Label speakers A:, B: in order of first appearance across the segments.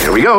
A: Here we go.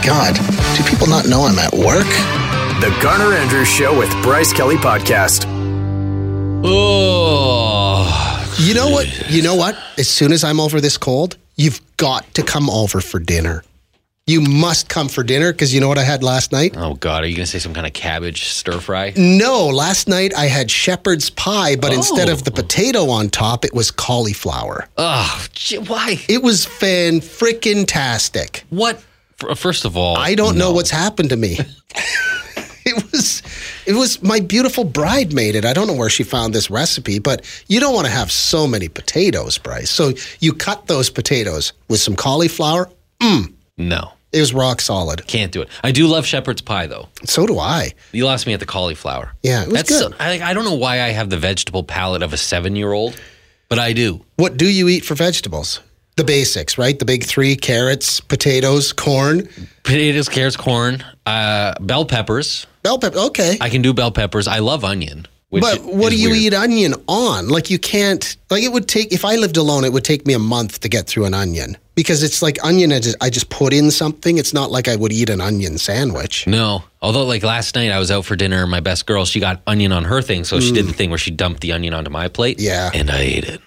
B: God, do people not know I'm at work?
C: The Garner Andrews Show with Bryce Kelly Podcast.
D: Oh,
B: You know what? You know what? As soon as I'm over this cold, you've got to come over for dinner. You must come for dinner because you know what I had last night?
D: oh God! Are you gonna say some kind of cabbage stir fry?
B: No, last night I had shepherd's pie, but instead of the potato on top, it was cauliflower.
D: Oh, gee, why?
B: It was fan frickin' tastic.
D: What? F- First of all,
B: I don't know what's happened to me. it was it was my beautiful bride made it. I don't know where she found this recipe, but you don't want to have so many potatoes, Bryce. So you cut those potatoes with some cauliflower.
D: No,
B: It was rock solid.
D: can't do it. I do love shepherd's pie though.
B: So do I.
D: You lost me at the cauliflower.
B: Yeah, it was
D: That's
B: good.
D: So, I, I don't know why I have the vegetable palate of a seven-year-old, but I do.
B: What do you eat for vegetables? The basics, right? The big 3 carrots, potatoes, corn,
D: Potatoes, carrots, corn, uh, bell peppers.
B: bell pepper. Okay.
D: I can do bell peppers. I love onion. Which
B: but what do you eat onion on? Like you can't. Like it would take. If I lived alone, it would take me a month to get through an onion because it's like onion. I just, I just put in something. It's not like I would eat an onion sandwich.
D: No. Although, like last night, I was out for dinner. and My best girl, she got onion on her thing, so she did the thing where she dumped the onion onto my plate.
B: Mm. Yeah.
D: and I ate it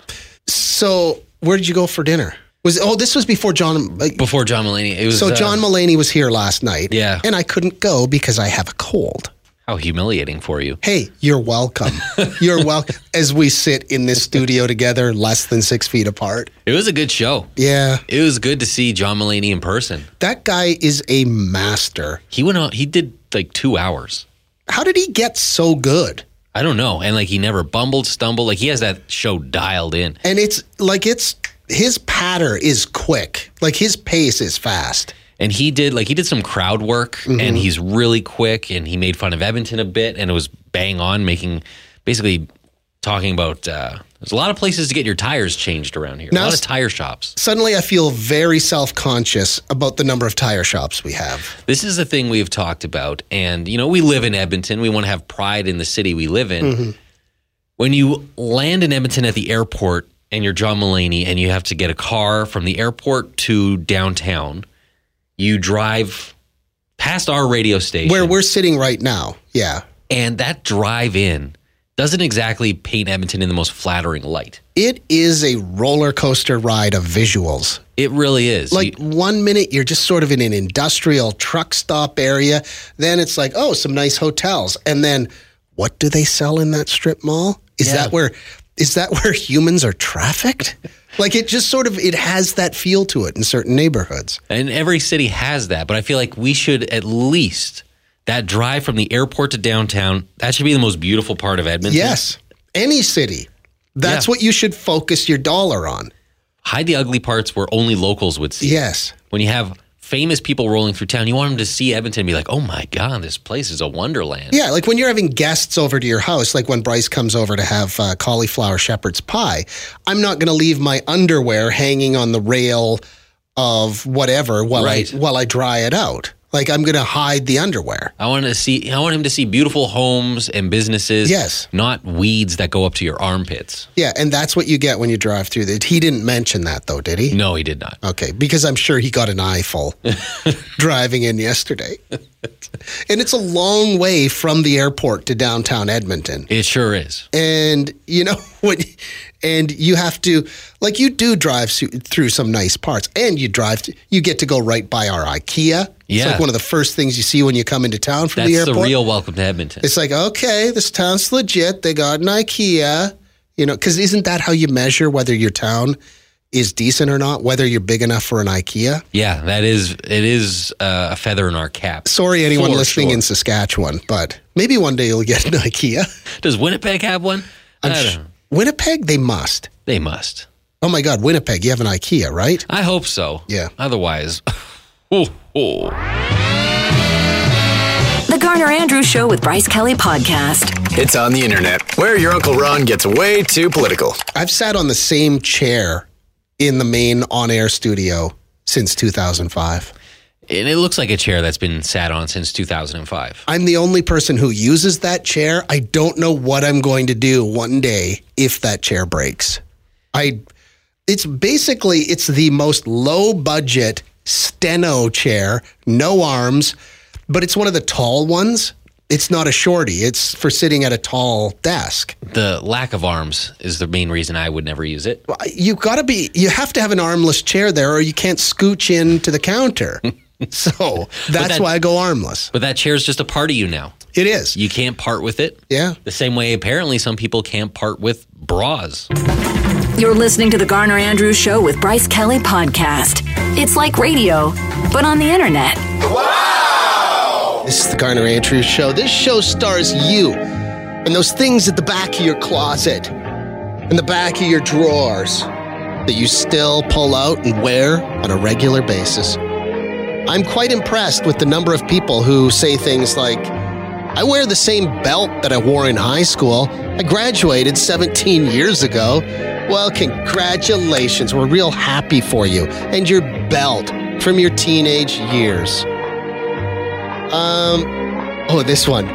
B: So where did you go for dinner? Was oh this was before John. Like,
D: before John Mulaney. It was
B: so
D: uh,
B: John Mullaney was here last night.
D: Yeah.
B: and I couldn't go because I have a cold.
D: How humiliating for you.
B: Hey, you're welcome. you're welcome. As we sit in this studio together, less than six feet apart.
D: It was a good show.
B: Yeah,
D: It was good to see John Mulaney in person.
B: that guy is a master.
D: He went on. He did like two hours.
B: How did he get so good?
D: I don't know. And like he never bumbled, stumbled. Like he has that show dialed in.
B: and it's like it's his patter is quick like his pace is fast
D: And he did like he did some crowd work
B: Mm-hmm.
D: and he's really quick and he made fun of Edmonton a bit and it was bang on making basically talking about uh there's a lot of places to get your tires changed around here.
B: Now
D: a lot of
B: s-
D: tire shops.
B: suddenly i feel very self-conscious about the number of tire shops we have
D: This is the thing we've talked about and you know we live in Edmonton. We want to have pride in the city we live in.
B: Mm-hmm.
D: When you land in Edmonton at the airport and you're John Mulaney and you have to get a car from the airport to downtown, you drive past our radio station.
B: where we're sitting right now yeah
D: And that drive in doesn't exactly paint Edmonton in the most flattering light.
B: it is a roller coaster ride of visuals
D: It really is.
B: like
D: You-
B: one minute you're just sort of in an industrial truck stop area then it's like oh some nice hotels and then what do they sell in that strip mall is
D: Yeah.
B: that where is that where humans are trafficked like it just sort of it has that feel to it in certain neighborhoods
D: and every city has that, but I feel like we should at least that drive from the airport to downtown, that should be the most beautiful part of Edmonton.
B: yes any city that's
D: Yeah.
B: what you should focus your dollar on
D: Hide the ugly parts where only locals would see.
B: yes
D: When you have famous people rolling through town, you want them to see Edmonton and be like, oh my God, this place is a wonderland.
B: Yeah, like when you're having guests over to your house, like when Bryce comes over to have uh, cauliflower shepherd's pie, I'm not going to leave my underwear hanging on the rail of whatever while
D: Right.
B: I while I dry it out. Like I'm going to hide the underwear.
D: I want to see I want him to see beautiful homes and businesses.
B: Yes.
D: Not weeds that go up to your armpits.
B: Yeah, and that's what you get when you drive through. The, he didn't mention that though, did he?
D: No, he did not.
B: Okay, because I'm sure he got an eyeful driving in yesterday. And it's a long way from the airport to downtown Edmonton.
D: It sure is.
B: and you know what and you have to like you do drive su- through some nice parts and you drive to, you get to go right by our ikea it's
D: Yeah.
B: like one of the first things you see when you come into town from
D: That's
B: the
D: the,
B: airport
D: real welcome to Edmonton.
B: it's like okay this town's legit they got an ikea you know because isn't that how you measure whether your town is decent or not whether you're big enough for an ikea
D: yeah, that is it is uh, a feather in our cap.
B: sorry anyone
D: For
B: listening
D: sure.
B: in saskatchewan but maybe one day you'll get an ikea
D: Does Winnipeg have one? I don't know.
B: winnipeg they must
D: They must.
B: oh my god winnipeg you have an ikea right
D: I hope so.
B: Yeah.
D: Otherwise, Ho, ho.
E: The Garner Andrews Show with Bryce Kelly Podcast.
C: It's on the internet, where your Uncle Ron gets way too political.
B: I've sat on the same chair in the main on air studio since 2005.
D: And it looks like a chair that's been sat on since 2005.
B: I'm the only person who uses that chair. I don't know what I'm going to do one day if that chair breaks. I it's basically it's the most low budget steno chair, no arms, but it's one of the tall ones. It's not a shorty. It's for sitting at a tall desk.
D: The lack of arms is the main reason I would never use it.
B: you got to be you have to have an armless chair there or you can't scooch in to the counter. so that's
D: that-
B: why I go armless.
D: But that chair is just a part of you now.
B: It is.
D: You can't part with it.
B: yeah.
D: The same way apparently some people can't part with bras.
E: You're listening to The Garner Andrews Show with Bryce Kelly Podcast. It's like radio, but on the internet.
B: This is the Garner Andrews Show. This show stars you and those things at the back of your closet and the back of your drawers that you still pull out and wear on a regular basis. I'm quite impressed with the number of people who say things like, I wear the same belt that I wore in high school. I graduated 17 years ago. Well, congratulations. We're real happy for you and your belt from your teenage years. Um, oh, this one.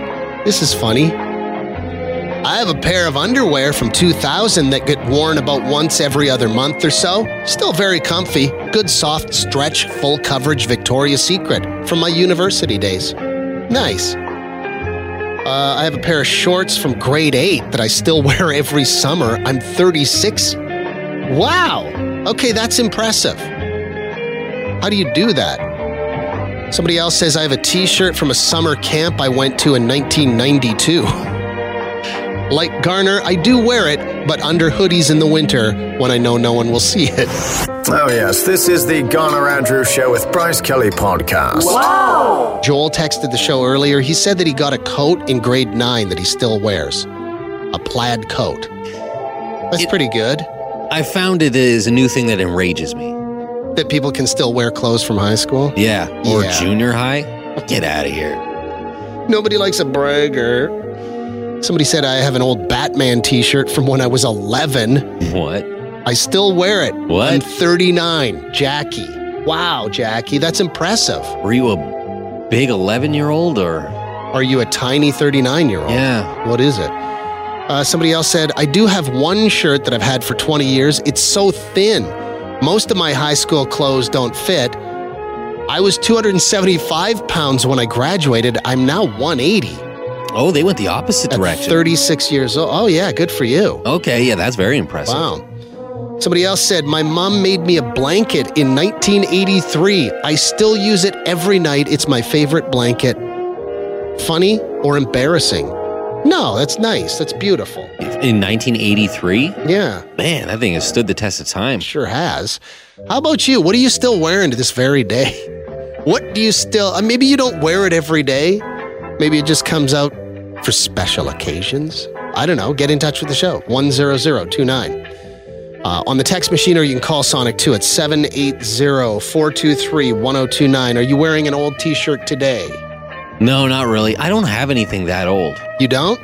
B: This is funny. I have a pair of underwear from 2000 that get worn about once every other month or so. Still very comfy. Good soft stretch, full coverage Victoria's Secret from my university days. Nice. Uh, I have a pair of shorts from grade 8 that I still wear every summer. I'm 36. Wow. Okay, that's impressive. How do you do that? Somebody else says I have a T-shirt from a summer camp I went to in 1992. Like Garner, I do wear it, but under hoodies in the winter when I know no one will see it.
C: Oh, yes, this is the Garner Andrews Show with Bryce Kelly podcast.
B: Joel texted the show earlier. He said that he got a coat in grade nine that he still wears, a plaid coat. That's pretty good.
D: I found it is a new thing that enrages me.
B: That people can still wear clothes from high school.
D: Yeah. Or
B: Yeah.
D: junior high. Get out of here.
B: Nobody likes a bragger. Somebody said I have an old Batman T-shirt from when I was 11.
D: What?
B: I still wear it.
D: What?
B: I'm 39, Jackie. Wow, Jackie, that's impressive.
D: Were you a big 11 year old or?
B: Are you a tiny 39 year old?
D: Yeah.
B: What is it? Uh, somebody else said, I do have one shirt that I've had for 20 years. It's so thin. Most of my high school clothes don't fit. I was 275 pounds when I graduated. I'm now 180
D: Oh, they went the opposite
B: at
D: direction.
B: 36 years old. Oh, yeah, good for you.
D: okay. Yeah, that's very impressive.
B: Wow. Somebody else said, My mom made me a blanket in 1983. I still use it every night. It's my favorite blanket. Funny or embarrassing? No, that's nice. That's beautiful.
D: In 1983?
B: Yeah,
D: Man, that thing has stood the test of time.
B: sure has. How about you? What are you still wearing to this very day? What do you still, uh, maybe you don't wear it every day. Maybe it just comes out for special occasions. I don't know. Get in touch with the show 10029. Uh, on the text machine, or you can call Sonic 2 at 780 423 1029. Are you wearing an old t shirt today?
D: No, not really. I don't have anything that old,
B: You don't?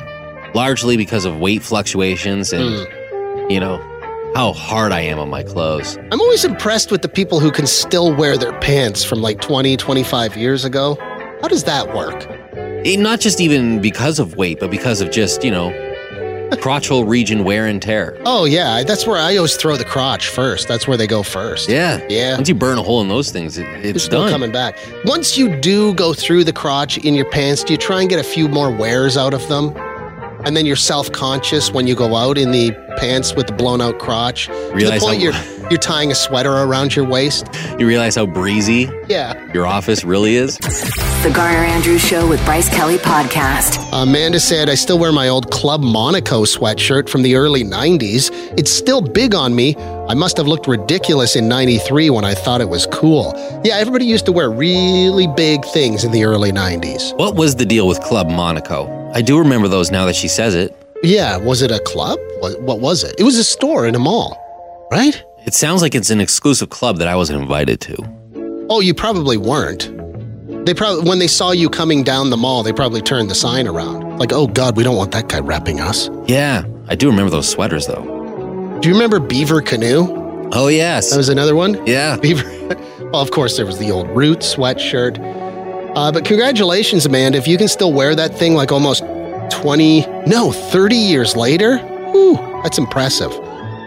D: largely because of weight fluctuations and,
B: Hmm.
D: you know, how hard I am on my clothes.
B: I'm always impressed with the people who can still wear their pants from like 20, 25 years ago. How does that work?
D: Eh, not just even because of weight, but because of just, you know, crotchal region wear and tear.
B: Oh yeah, that's where I always throw the crotch first. That's where they go first.
D: Yeah.
B: Yeah.
D: Once you burn a hole in those things, it, it's
B: There's no
D: done.
B: coming back. Once you do go through the crotch in your pants, do you try and get a few more wears out of them? And then you're self-conscious when you go out in the pants with the blown-out crotch.
D: Realize
B: to the point
D: how-
B: you're you're tying a sweater around your waist.
D: You realize how breezy
B: Yeah.
D: your office really is?
E: The Garner Andrews Show with Bryce Kelly Podcast.
B: Amanda said, I still wear my old Club Monaco sweatshirt from the early 90s. It's still big on me. I must have looked ridiculous in 93 when I thought it was cool. Yeah, everybody used to wear really big things in the early 90s.
D: What was the deal with Club Monaco? I do remember those now that she says it.
B: Yeah, was it a club? What, what was it? It was a store in a mall, right?
D: It sounds like it's an exclusive club that I wasn't invited to.
B: Oh, you probably weren't. They probably when they saw you coming down the mall, they probably turned the sign around. Like, oh God, we don't want that guy wrapping us.
D: Yeah, I do remember those sweaters though.
B: Do you remember Beaver Canoe?
D: Oh yes.
B: That was another one.
D: yeah.
B: Beaver. well, of course, there was the old root sweatshirt. Uh, but congratulations, Amanda. If you can still wear that thing like almost 20, no, 30 years later, whew, that's impressive.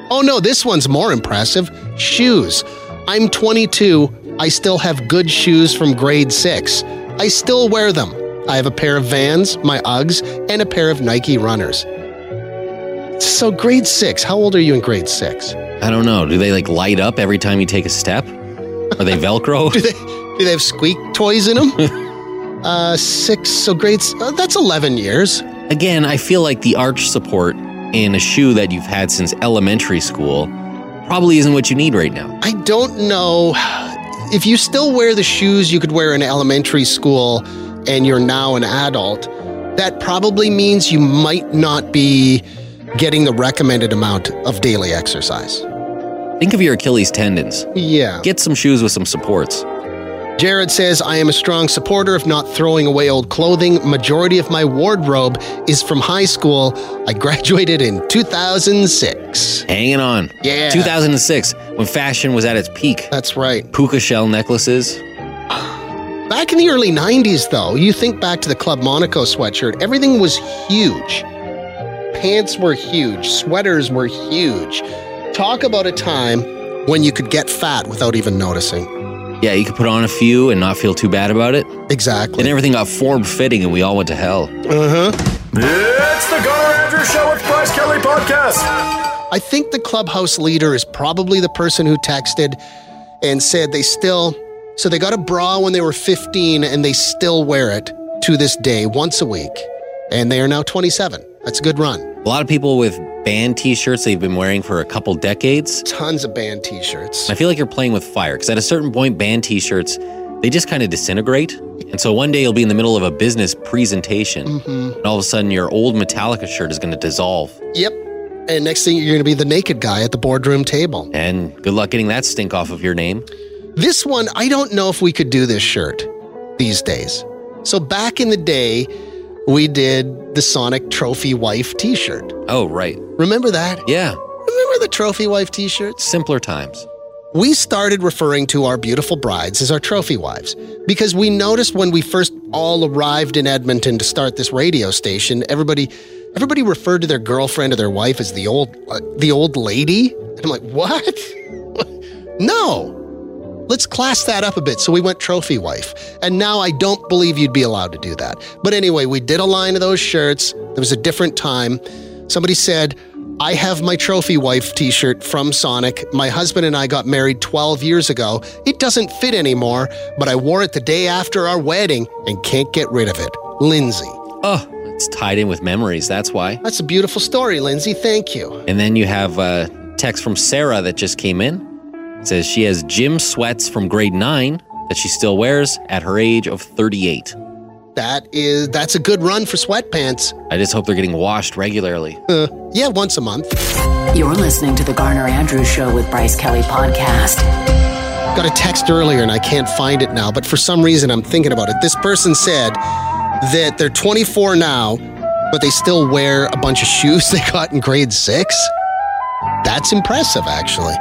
B: Oh no, this one's more impressive shoes. I'm 22. I still have good shoes from grade six. I still wear them. I have a pair of Vans, my Uggs, and a pair of Nike runners. So, grade six, how old are you in grade six?
D: I don't know. Do they like light up every time you take a step? Are they Velcro?
B: Do they do they have squeak toys in them? uh, six. So grades. Uh, that's eleven years.
D: Again, I feel like the arch support in a shoe that you've had since elementary school probably isn't what you need right now.
B: I don't know if you still wear the shoes you could wear in elementary school, and you're now an adult. That probably means you might not be getting the recommended amount of daily exercise.
D: Think of your Achilles tendons.
B: Yeah.
D: Get some shoes with some supports.
B: Jared says, I am a strong supporter of not throwing away old clothing. Majority of my wardrobe is from high school. I graduated in 2006.
D: Hanging on.
B: Yeah.
D: 2006, when fashion was at its peak.
B: That's right.
D: Puka shell necklaces.
B: Back in the early 90s, though, you think back to the Club Monaco sweatshirt, everything was huge. Pants were huge, sweaters were huge. Talk about a time when you could get fat without even noticing.
D: Yeah, you could put on a few and not feel too bad about it.
B: Exactly.
D: Then everything got form fitting and we all went to hell.
C: It's the Garner Andrews Show with Bryce Kelly Podcast.
B: I think the clubhouse leader is probably the person who texted and said they still, so they got a bra when they were 15 and they still wear it to this day once a week. And they are now 27. That's a good run.
D: A lot of people with band t shirts they've been wearing for a couple decades.
B: Tons of band t shirts.
D: I feel like you're playing with fire because at a certain point, band t shirts, they just kind of disintegrate. And so one day you'll be in the middle of a business presentation, and all of a sudden your old Metallica shirt is going to dissolve.
B: Yep. And next thing you're going to be the naked guy at the boardroom table.
D: And good luck getting that stink off of your name.
B: This one, I don't know if we could do this shirt these days. So back in the day, we did the Sonic Trophy Wife t shirt.
D: Oh, right.
B: Remember that?
D: Yeah.
B: Remember the Trophy Wife t shirts?
D: Simpler times.
B: We started referring to our beautiful brides as our trophy wives because we noticed when we first all arrived in Edmonton to start this radio station, everybody everybody referred to their girlfriend or their wife as the old uh, the old lady. And I'm like, "What?" no. Let's class that up a bit. So we went trophy wife. And now I don't believe you'd be allowed to do that. But anyway, we did a line of those shirts. There was a different time. Somebody said, I have my trophy wife t shirt from Sonic. My husband and I got married 12 years ago. It doesn't fit anymore, but I wore it the day after our wedding and can't get rid of it. Lindsay.
D: Oh, it's tied in with memories. That's why.
B: That's a beautiful story, Lindsay. Thank you.
D: And then you have a text from Sarah that just came in. It says she has gym sweats from grade nine that she still wears at her age of 38.
B: That is that's a good run for sweatpants.
D: I just hope they're getting washed regularly.
B: Uh, yeah, once a month.
E: You're listening to the Garner Andrews Show with Bryce Kelly Podcast.
B: Got a text earlier and I can't find it now, but for some reason I'm thinking about it. This person said that they're 24 now, but they still wear a bunch of shoes they got in grade six. That's impressive, actually.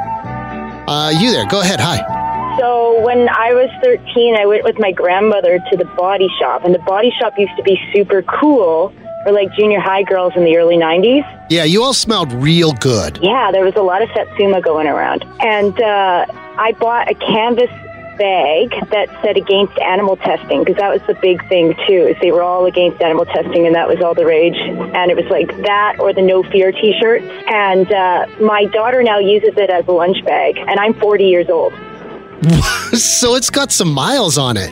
B: Uh, you there? Go ahead. Hi.
F: So when I was 13, I went with my grandmother to the body shop, and the body shop used to be super cool for like junior high girls in the early 90s.
B: Yeah, you all smelled real good.
F: Yeah, there was a lot of Satsuma going around, and uh, I bought a canvas bag that said against animal testing because that was the big thing too. Is they were all against animal testing, and that was all the rage. And it was like that or the No Fear T-shirt. And uh, my daughter now uses it as a lunch bag, and I'm 40 years old.
B: so it's got some miles on it.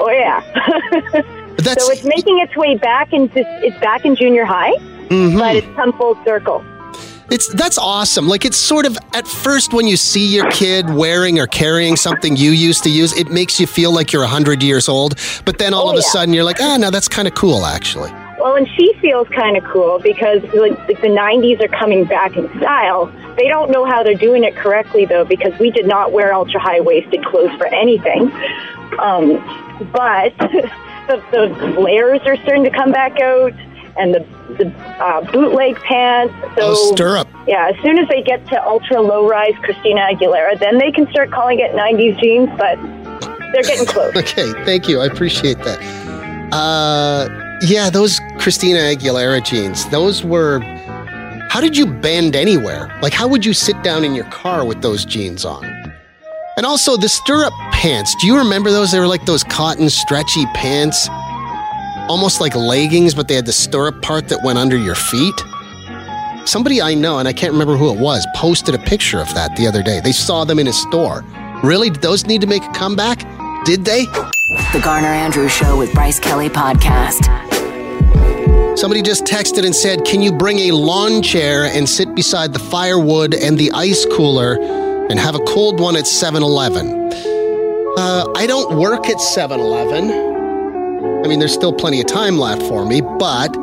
F: Oh yeah.
B: That's
F: So it's making its way back into it's back in junior high, but it's come full circle.
B: It's that's awesome. Like it's sort of at first when you see your kid wearing or carrying something you used to use, it makes you feel like you're 100 years old, but then all
F: Oh,
B: of a
F: yeah.
B: sudden you're like, "Ah, no, that's kind of cool actually."
F: Well, and she feels kind of cool because like, the 90s are coming back in style. They don't know how they're doing it correctly, though, because we did not wear ultra high waisted clothes for anything. Um, but the, the flares are starting to come back out and the, the uh, bootleg pants. So,
B: Oh, stirrup.
F: Yeah, as soon as they get to ultra low rise Christina Aguilera, then they can start calling it 90s jeans, but they're getting close.
B: Okay, thank you. I appreciate that. Uh, yeah, those Christina Aguilera jeans, those were. How did you bend anywhere? Like, how would you sit down in your car with those jeans on? And also the stirrup pants. Do you remember those? They were like those cotton stretchy pants, almost like leggings, but they had the stirrup part that went under your feet. Somebody I know, and I can't remember who it was, posted a picture of that the other day. They saw them in a store. Really? Did those need to make a comeback? Did they?
E: The Garner Andrews Show with Bryce Kelly Podcast.
B: Somebody just texted and said, Can you bring a lawn chair and sit beside the firewood and the ice cooler and have a cold one at 7 Eleven? Uh, I don't work at 7 Eleven. I mean, there's still plenty of time left for me, but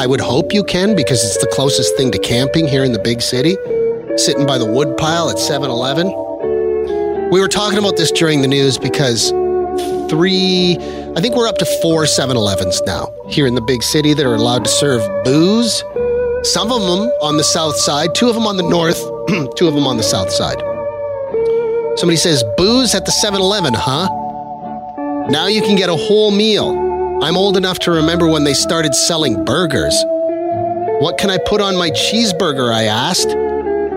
B: I would hope you can because it's the closest thing to camping here in the big city, sitting by the wood pile at 7 Eleven. We were talking about this during the news because three, I think we're up to four 7 Elevens now here in the big city that are allowed to serve booze. Some of them on the south side, two of them on the north, two of them on the south side. Somebody says, Booze at the 7 Eleven, huh? Now you can get a whole meal. I'm old enough to remember when they started selling burgers. What can I put on my cheeseburger? I asked.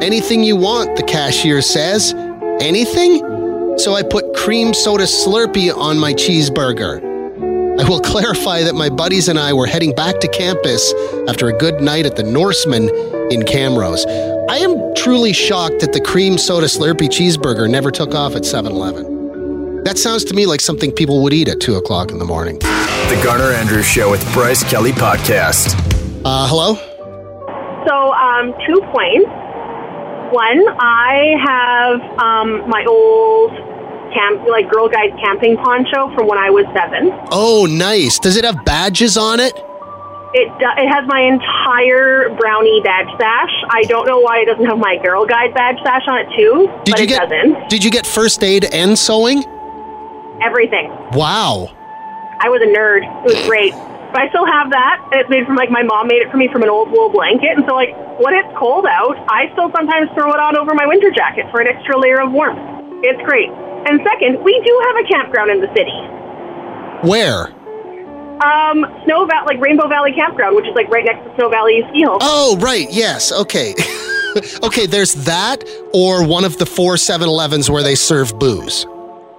B: Anything you want, the cashier says. Anything? So I put cream soda Slurpee on my cheeseburger. I will clarify that my buddies and I were heading back to campus after a good night at the Norseman in Camrose. I am truly shocked that the cream soda Slurpee cheeseburger never took off at 7 Eleven. That sounds to me like something people would eat at 2 o'clock in the morning.
C: The Garner Andrews Show with Bryce Kelly Podcast.
B: Uh, hello?
G: So, um, two points. One, I have um, my old camp, like Girl Guide camping poncho from when I was seven.
B: Oh, nice. Does it have badges on it?
G: It do- it has my entire brownie badge sash. I don't know why it doesn't have my Girl Guide badge sash on it too,
B: Did
G: but
B: you
G: it
B: get
G: doesn't.
B: Did you get first aid and sewing?
G: Everything.
B: Wow.
G: I was a nerd. It was great. But I still have that. It's made from like my mom made it for me from an old wool blanket, and so like when it's cold out, I still sometimes throw it on over my winter jacket for an extra layer of warmth. It's great. And second, we do have a campground in the city.
B: Where?
G: Um, Snow Valley, like Rainbow Valley Campground, which is like right next to Snow Valley Ski Hill.
B: Oh, right. Yes. Okay. okay, there's that or one of the four 7-Elevens where they serve booze.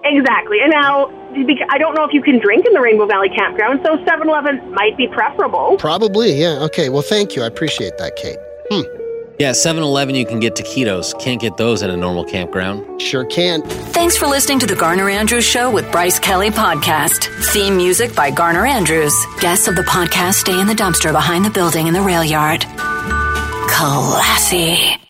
G: Exactly. And now, bec- I don't know if you can drink in the Rainbow Valley Campground, so 7-Eleven might be preferable.
B: Probably. Yeah. Okay. Well, thank you. I appreciate that, Kate.
H: Yeah, 7 Eleven, you can get taquitos. Can't get those at a normal campground.
B: Sure can.
E: Thanks for listening to the Garner Andrews Show with Bryce Kelly Podcast. Theme music by Garner Andrews. Guests of the podcast stay in the dumpster behind the building in the rail yard. Classy.